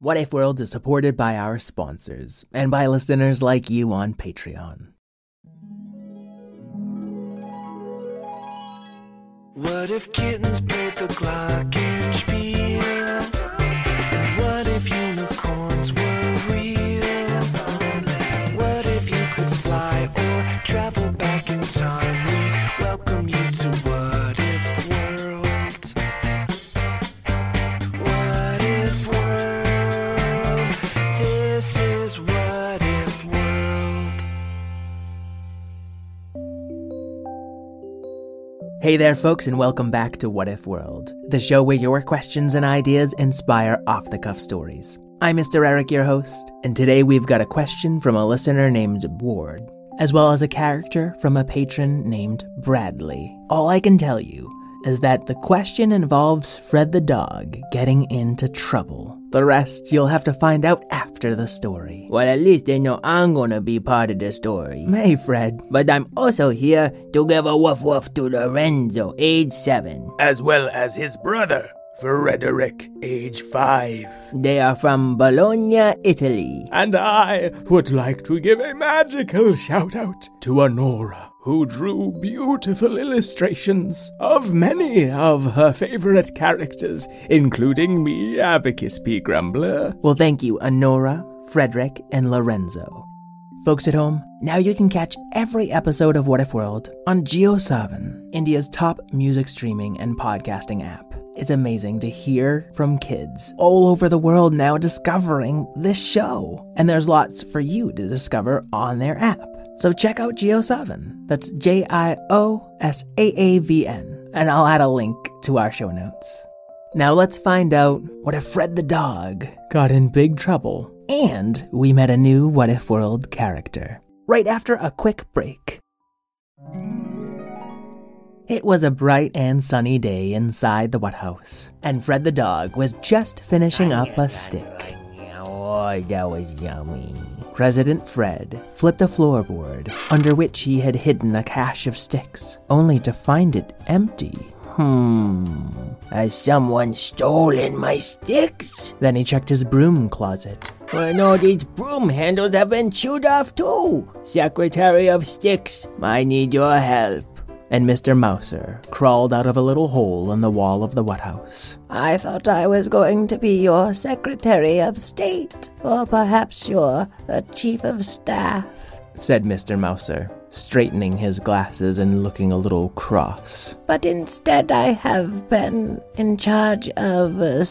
What If World is supported by our sponsors and by listeners like you on Patreon. What if kittens played the Glockenspiel? And what if unicorns were real? What if you could fly or travel back in time? We welcome you to What If World. What if world? This is what if world. Hey there, folks, and welcome back to What If World, the show where your questions and ideas inspire off the cuff stories. I'm Mr. Eric, your host, and today we've got a question from a listener named Ward, as well as a character from a patron named Bradley. All I can tell you is that the question involves Fred the dog getting into trouble. The rest you'll have to find out after the story. Well, at least they know I'm gonna be part of the story. Hey, Fred. But I'm also here to give a woof woof to Lorenzo, age seven. as well as his brother, Frederick, age five. They are from Bologna, Italy. And I would like to give a magical shout out to Honora, who drew beautiful illustrations of many of her favorite characters, including me, Abacus P. Grumbler. Well, thank you, Honora, Frederick, and Lorenzo. Folks at home, now you can catch every episode of What If World on GeoSavan, India's top music streaming and podcasting app. It's amazing to hear from kids all over the world now discovering this show. And there's lots for you to discover on their app. So check out GeoSavan. That's J I O S A A V N. And I'll add a link to our show notes. Now let's find out what if Fred the dog got in big trouble and we met a new What If World character right after a quick break. It was a bright and sunny day inside the What House, and Fred the dog was just finishing up a stick. Oh, that was yummy. President Fred flipped a floorboard under which he had hidden a cache of sticks, only to find it empty. Hmm. Has someone stolen my sticks? Then he checked his broom closet. Well, no, these broom handles have been chewed off too. Secretary of Sticks, I need your help and Mr. Mouser crawled out of a little hole in the wall of the What House. I thought I was going to be your Secretary of State, or perhaps your uh, Chief of Staff, said Mr. Mouser, straightening his glasses and looking a little cross. But instead, I have been in charge of uh,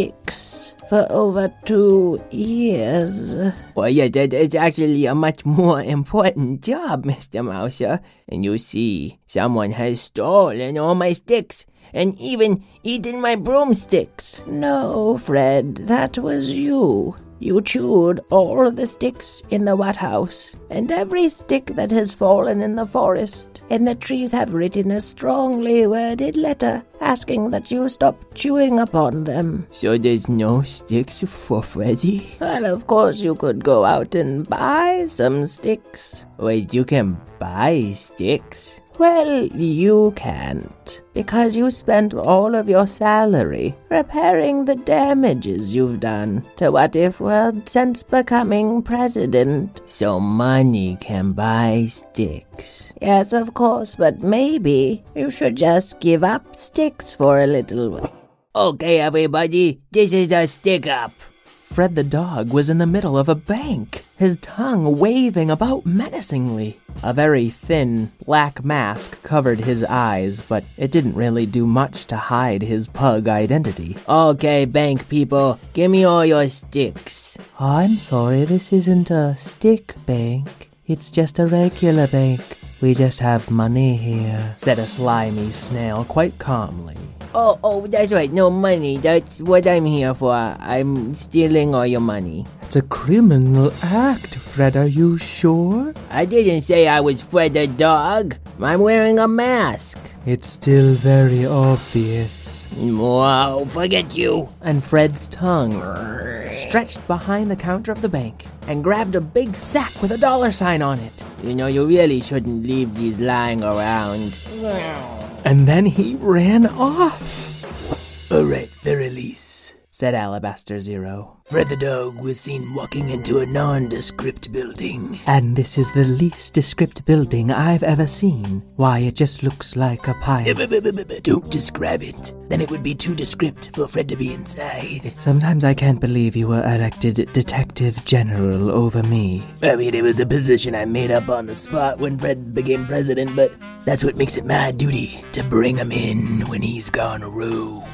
sticks for over two years. Well, yeah, that is actually a much more important job, Mr. Mouser. And you see, someone has stolen all my sticks and even eaten my broomsticks. No, Fred, that was you. You chewed all the sticks in the Watt House, and every stick that has fallen in the forest, and the trees have written a strongly worded letter asking that you stop chewing upon them. So there's no sticks for Freddy? Well, of course, you could go out and buy some sticks. Wait, you can buy sticks? Well, you can't, because you spent all of your salary repairing the damages you've done to What If World since becoming president. So money can buy sticks. Yes, of course, but maybe you should just give up sticks for a little while. Okay, everybody, this is a stick up. Fred the dog was in the middle of a bank, his tongue waving about menacingly. A very thin, black mask covered his eyes, but it didn't really do much to hide his pug identity. Okay, bank people, give me all your sticks. I'm sorry, this isn't a stick bank. It's just a regular bank. We just have money here, said a slimy snail quite calmly. Oh, oh, that's right, no money. That's what I'm here for. I'm stealing all your money. It's a criminal act, Fred, are you sure? I didn't say I was Fred the dog. I'm wearing a mask. It's still very obvious. Wow, forget you! And Fred's tongue stretched behind the counter of the bank and grabbed a big sack with a dollar sign on it. You know, you really shouldn't leave these lying around. And then he ran off. All right, for release, said Alabaster Zero. Fred the dog was seen walking into a nondescript building. And this is the least descript building I've ever seen. Why, it just looks like a pile. Don't describe it. Then it would be too descript for Fred to be inside. Sometimes I can't believe you were elected Detective General over me. I mean, it was a position I made up on the spot when Fred became president, but that's what makes it my duty to bring him in when he's gone rogue.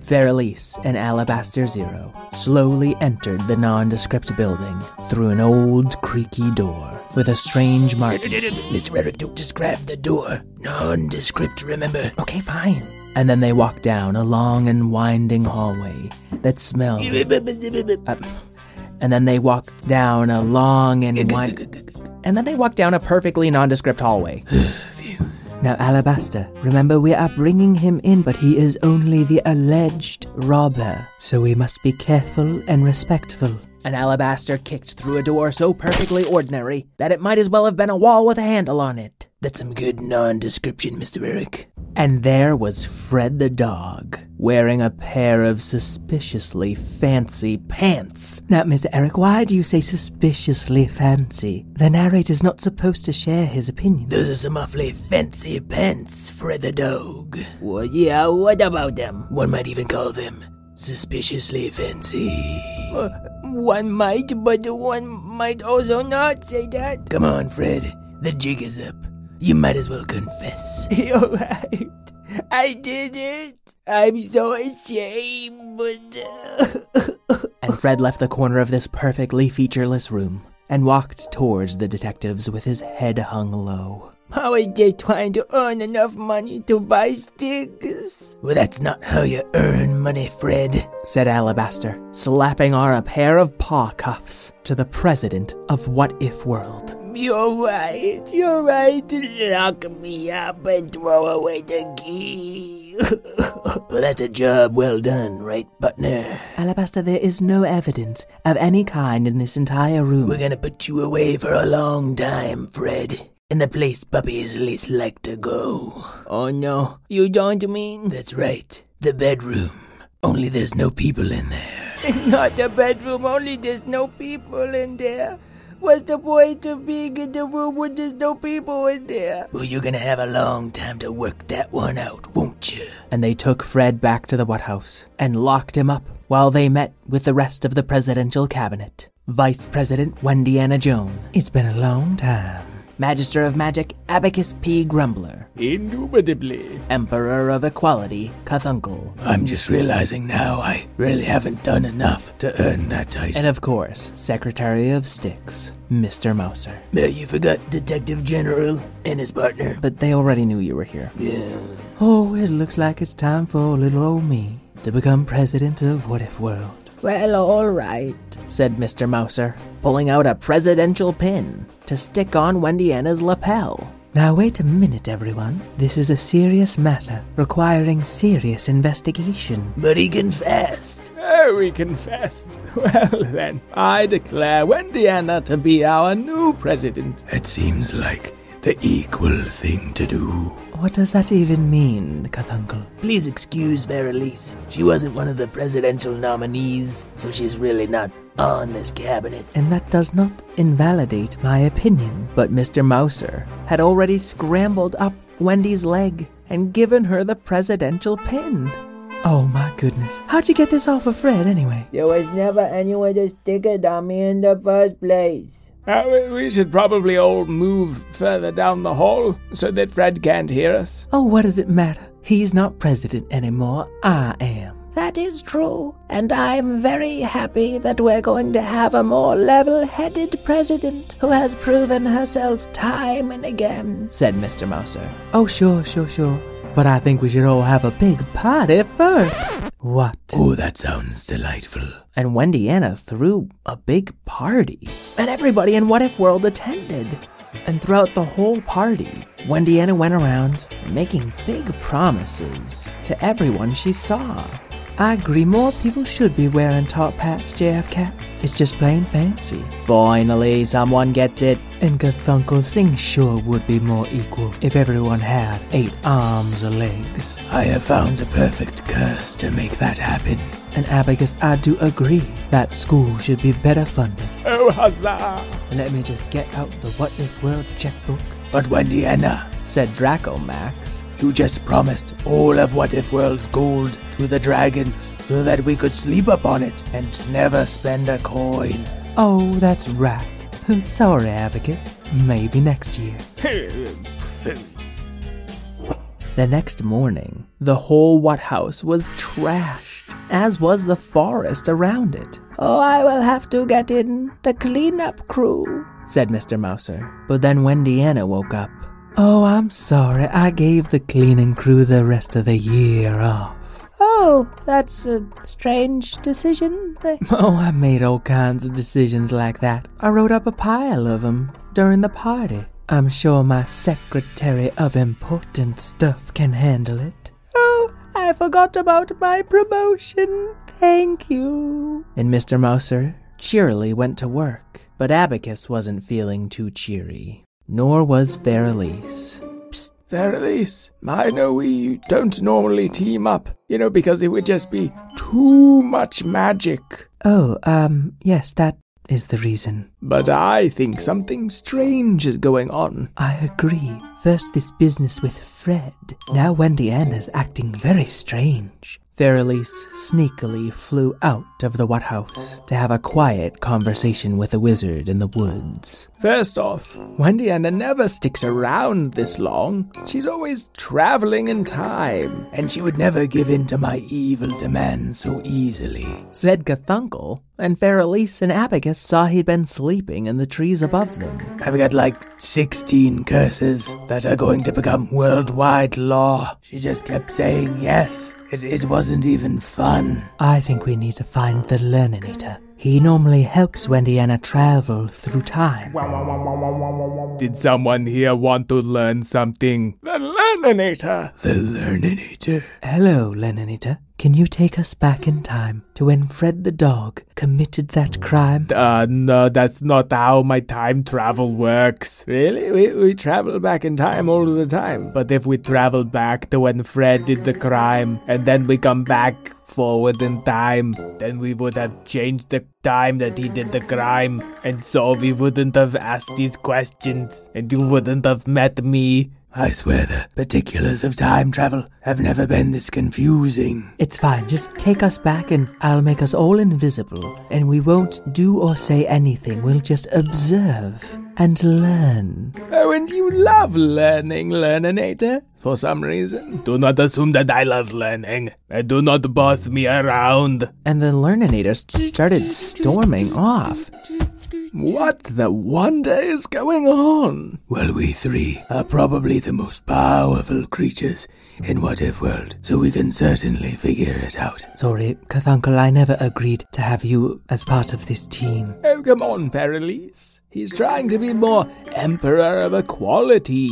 Feralise and Alabaster Zero slowly entered the nondescript building through an old creaky door with a strange marking. Mr. Eric, don't describe the door. Nondescript, remember? Okay, fine. And then they walked down a long and winding hallway that smelled. Uh, and then they walked down a long and winding. And then they walked down a perfectly nondescript hallway. Now, Alabaster, remember we are bringing him in, but he is only the alleged robber, so we must be careful and respectful. An alabaster kicked through a door so perfectly ordinary that it might as well have been a wall with a handle on it. That's some good non-description, Mr. Eric. And there was Fred the dog, wearing a pair of suspiciously fancy pants. Now, Mr. Eric, why do you say suspiciously fancy? The narrator's not supposed to share his opinion. Those are some awfully fancy pants, Fred the dog. Well, yeah, what about them? One might even call them suspiciously fancy. Uh, one might, but one might also not say that. Come on, Fred. The jig is up. You might as well confess. You're right. I did it. I'm so ashamed. and Fred left the corner of this perfectly featureless room and walked towards the detectives with his head hung low. I was just trying to earn enough money to buy sticks. Well, that's not how you earn money, Fred, said Alabaster, slapping on a pair of paw cuffs to the president of What If World. You're right, you're right. Lock me up and throw away the key. well, that's a job well done, right, partner? Alabaster, there is no evidence of any kind in this entire room. We're gonna put you away for a long time, Fred. In the place puppies least like to go. Oh no, you don't mean? That's right, the bedroom. Only there's no people in there. Not the bedroom, only there's no people in there. What's the point of being in the room when there's no people in there? Well, you're gonna have a long time to work that one out, won't you? And they took Fred back to the What House and locked him up while they met with the rest of the presidential cabinet. Vice President Wendy Anna Joan. It's been a long time. Magister of Magic Abacus P. Grumbler. Indubitably. Emperor of Equality, Cthuncle. I'm just realizing now I really haven't done enough to earn that title. And of course, Secretary of Sticks, Mr. Mouser. you forgot Detective General and his partner. But they already knew you were here. Yeah. Oh, it looks like it's time for little old me to become president of What If World. Well, all right, said Mr. Mouser, pulling out a presidential pin to stick on Wendy Anna's lapel. Now, wait a minute, everyone. This is a serious matter requiring serious investigation. But he confessed. Oh, we confessed. Well, then, I declare Wendy Anna to be our new president. It seems like the equal thing to do. What does that even mean, Kathunkel? Please excuse Verilise. She wasn't one of the presidential nominees, so she's really not on this cabinet. And that does not invalidate my opinion. But Mr. Mouser had already scrambled up Wendy's leg and given her the presidential pin. Oh my goodness. How'd you get this off of Fred anyway? There was never anyone to stick it on me in the first place. Uh, we- we should probably all move further down the hall so that Fred can't hear us. Oh, what does it matter? He's not president anymore. I am. That is true, and I'm very happy that we're going to have a more level headed president who has proven herself time and again, said Mr. Mouser. Oh, sure, sure, sure. But I think we should all have a big party first. What? Oh, that sounds delightful. And Wendy Anna threw a big party, and everybody in What If World attended. And throughout the whole party, Wendy Anna went around making big promises to everyone she saw. I agree more people should be wearing top hats, JF Cat. It's just plain fancy. Finally, someone gets it. And Gathunkle, things sure would be more equal if everyone had eight arms or legs. I have found a perfect curse to make that happen. And Abacus, I do agree that school should be better funded. Oh, huzzah! Let me just get out the What If World checkbook, But Wendy Anna, said Draco Max. you just promised all of What If World's gold to the dragons so that we could sleep upon it and never spend a coin. Oh, that's right. Sorry, Abacus. Maybe next year. The next morning, the whole What House was trashed, as was the forest around it. Oh, I will have to get in the cleanup crew, said Mr. Mouser. But then Wendy Anna woke up. Oh, I'm sorry, I gave the cleaning crew the rest of the year off. Oh, that's a strange decision. oh, I made all kinds of decisions like that. I wrote up a pile of 'em during the party. I'm sure my secretary of important stuff can handle it. Oh, I forgot about my promotion. Thank you. And Mr. Mouser cheerily went to work. But Abacus wasn't feeling too cheery, nor was Fairlies. Verilis, I know we don't normally team up, you know, because it would just be too much magic. Oh, um, yes, that is the reason. But I think something strange is going on. I agree. First, this business with Fred. Now, Wendy Ann is acting very strange. Feralise sneakily flew out of the What House to have a quiet conversation with a wizard in the woods. First off, Wendy Anna never sticks around this long. She's always traveling in time. And she would never give in to my evil demands so easily. Said Gathunkle, and Feralise and Abacus saw he'd been sleeping in the trees above them. I've got like 16 curses that are going to become worldwide law. She just kept saying yes. It, it wasn't even fun. I think we need to find the Learning Eater. He normally helps Wendy Anna travel through time. Did someone here want to learn something? The Leninator! The learned eater. Hello, Leninita. Can you take us back in time to when Fred the dog committed that crime? Uh, no, that's not how my time travel works. Really? We, we travel back in time all the time. But if we travel back to when Fred did the crime, and then we come back forward in time, then we would have changed the time that he did the crime. And so we wouldn't have asked these questions, and you wouldn't have met me. I swear the particulars of time travel have never been this confusing. It's fine. Just take us back and I'll make us all invisible. And we won't do or say anything. We'll just observe and learn. Oh, and you love learning, Learninator, for some reason. Do not assume that I love learning. And do not boss me around. And the Learninators started storming off. What the wonder is going on? Well, we three are probably the most powerful creatures in What If World, so we can certainly figure it out. Sorry, Kathunkel, I never agreed to have you as part of this team. Oh, come on, Feralise. He's trying to be more Emperor of Equality.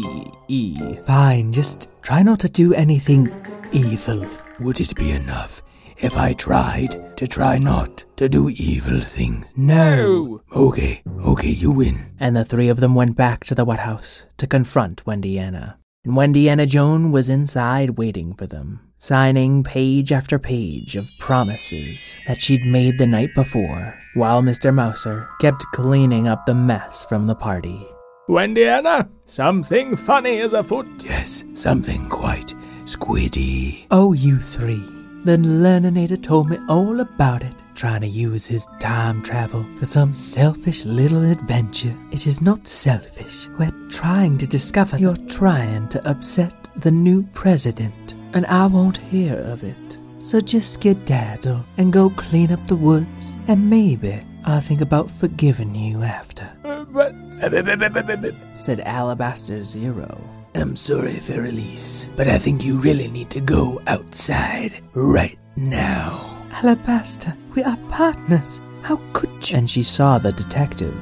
E. Fine, just try not to do anything evil. Would it be enough if I tried to try not to do evil things? No. Okay, okay, you win. And the three of them went back to the White House to confront Wendy Anna. And Wendy Anna Joan was inside waiting for them, signing page after page of promises that she'd made the night before, while Mr. Mouser kept cleaning up the mess from the party. Wendy Anna, something funny is afoot. Yes, something quite squiddy. Oh, you three. Then Leninator told me all about it, trying to use his time travel for some selfish little adventure. It is not selfish. We're trying to discover you're trying to upset the new president, and I won't hear of it. So just skedaddle and go clean up the woods, and maybe I'll think about forgiving you after, Uh, but said Alabaster Zero. I'm sorry, Feralise, but I think you really need to go outside right now. Alabaster, we are partners. How could you? And she saw the detective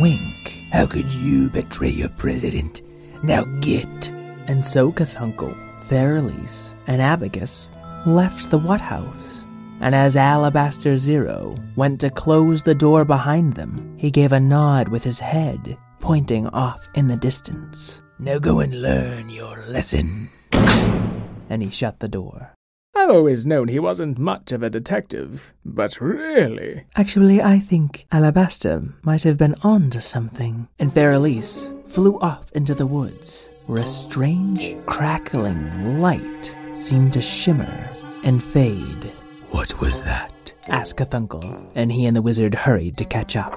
wink. How could you betray your president? Now get. And so Cthulhu, Feralise, and Abacus left the What House and as Alabaster Zero went to close the door behind them, he gave a nod with his head, pointing off in the distance. Now go and learn your lesson. And he shut the door. I've always known he wasn't much of a detective, but really. Actually, I think Alabaster might have been on to something. And Feralise flew off into the woods, where a strange, crackling light seemed to shimmer and fade. What was that? asked Cthunkel, and he and the wizard hurried to catch up.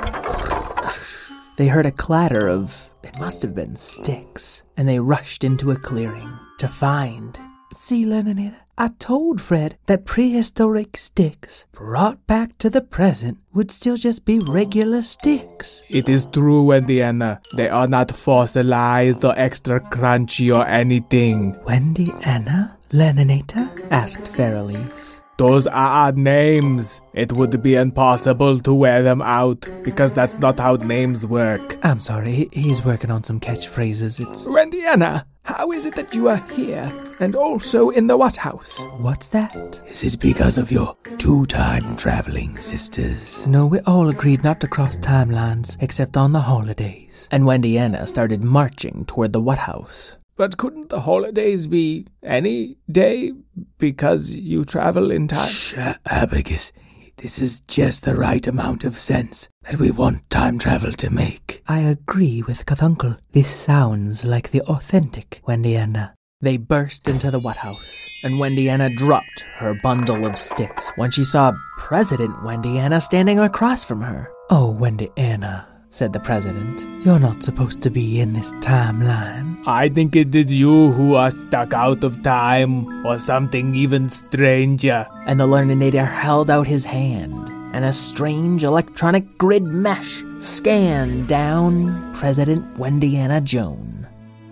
They heard a clatter of, it must have been sticks, and they rushed into a clearing to find. See, Leonida, I told Fred that prehistoric sticks brought back to the present would still just be regular sticks. It is true, Wendy Anna. They are not fossilized or extra crunchy or anything. Wendy Anna? Leninita? asked Feralise. Those are our names. It would be impossible to wear them out because that's not how names work. I'm sorry, he- he's working on some catchphrases. It's. Wendy Anna, how is it that you are here and also in the Watt House? What's that? Is it because of your two time traveling sisters? No, we all agreed not to cross timelines except on the holidays. And Wendy Anna started marching toward the What House. But couldn't the holidays be any day because you travel in time? Shh, Abacus. This is just the right amount of sense that we want time travel to make. I agree with Cthuncle. This sounds like the authentic Wendy Anna. They burst into the What House, and Wendy Anna dropped her bundle of sticks when she saw President Wendy Anna standing across from her. Oh, Wendy Anna, said the president, you're not supposed to be in this timeline. I think it is you who are stuck out of time or something even stranger. and the Learninator held out his hand, and a strange electronic grid mesh scanned down President Wendiana Joan.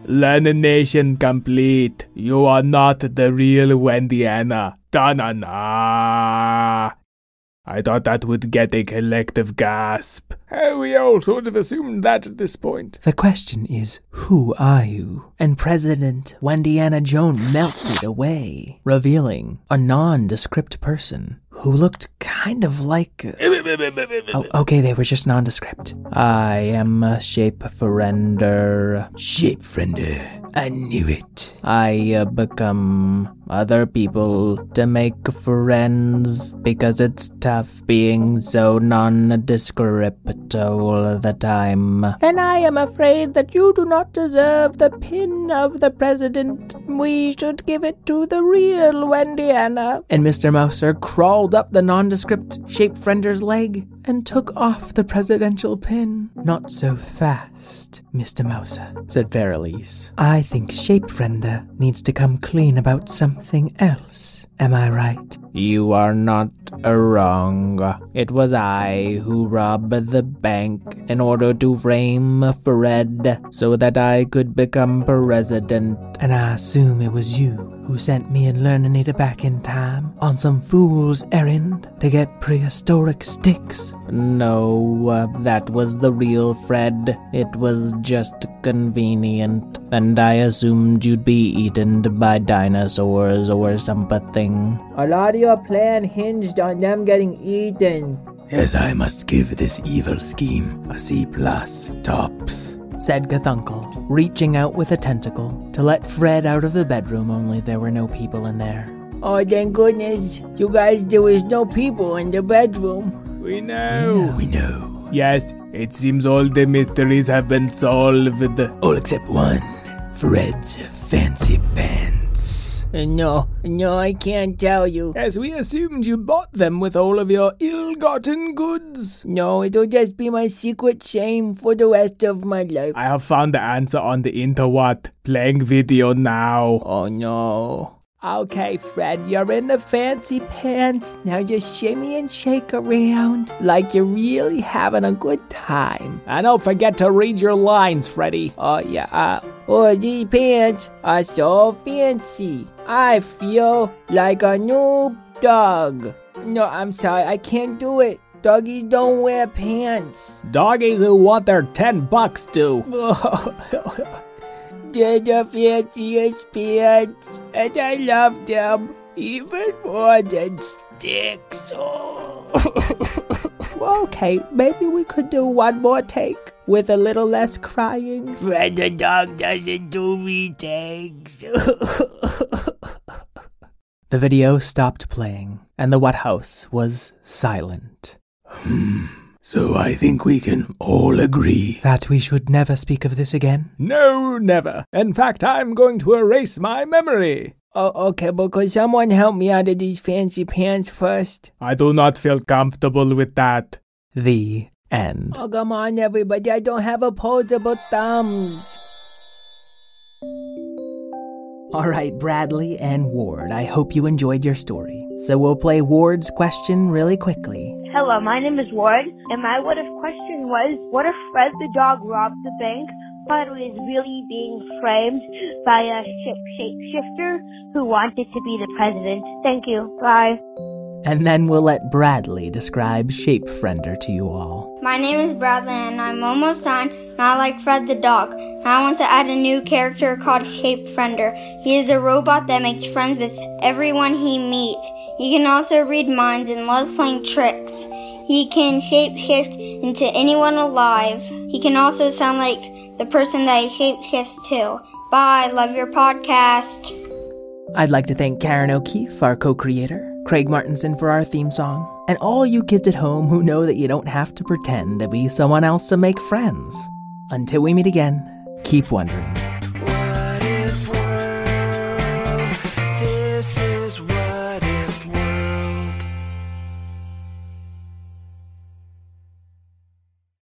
Learnination complete. You are not the real Wendiana. Da na na. I thought that would get a collective gasp. Uh, we all sort of assumed that at this point. The question is, who are you? And President Wendiana Joan melted away, revealing a nondescript person who looked kind of like. Oh, okay, they were just nondescript. I am a shapefinder. Shapefriender, I knew it. I uh, become other people to make friends because it's tough being so nondescript all the time. Then I am afraid that you do not deserve the pin of the president. We should give it to the real Wendiana. And Mr. Mouser crawled up the nondescript shapefriender's leg and took off the presidential pin. Not so fast, Mr. Mouser, said Verilise. I think shapefriender needs to come clean about something else. Am I right? You are not wrong. It was I who robbed the bank in order to frame Fred so that I could become president. And I assume it was you who sent me and Learninator back in time on some fool's errand to get prehistoric sticks. No, uh, that was the real Fred. It was just convenient. And I assumed you'd be eaten by dinosaurs or something. A lot of your plan hinged on them getting eaten. Yes, I must give this evil scheme a C plus tops. said Gathunkel, reaching out with a tentacle to let Fred out of the bedroom, only there were no people in there. Oh, thank goodness. You guys, there was no people in the bedroom. We know. We know. Yes, it seems all the mysteries have been solved. All except one. Fred's fancy pants. No, no, I can't tell you. As we assumed you bought them with all of your ill-gotten goods. No, it'll just be my secret shame for the rest of my life. I have found the answer on the interwhat. Playing video now. Oh no. Okay, Fred, you're in the fancy pants. Now just shimmy and shake around like you're really having a good time. And don't forget to read your lines, Freddy. Oh yeah, uh, oh these pants are so fancy. I feel like a new dog. No, I'm sorry, I can't do it. Doggies don't wear pants. Doggies who want their 10 bucks do. They're the fanciest pants, and I love them. Even more than sticks. Oh. well, okay, maybe we could do one more take with a little less crying. Fred the dog doesn't do retakes. The video stopped playing, and the wet house was silent. Hmm, So I think we can all agree. That we should never speak of this again? No, never. In fact, I'm going to erase my memory. oh, okay, but could someone help me out of these fancy pants first? I do not feel comfortable with that. The end. Oh, come on, everybody. I don't have opposable thumbs. All right, Bradley and Ward, I hope you enjoyed your story. So we'll play Ward's question really quickly. Hello, my name is Ward, and my what if question was what if Fred the dog robbed the bank but was really being framed by a ship shapeshifter who wanted to be the president? Thank you. Bye. And then we'll let Bradley describe Shapefriender to you all. My name is Bradley and I'm almost nine and I like Fred the dog. And I want to add a new character called Shapefriender. He is a robot that makes friends with everyone he meets. He can also read minds and loves playing tricks. He can shapeshift into anyone alive. He can also sound like the person that he shapeshifts to. Bye, love your podcast. I'd like to thank Karen O'Keefe, our co creator, Craig Martinson for our theme song, and all you kids at home who know that you don't have to pretend to be someone else to make friends. Until we meet again, keep wondering.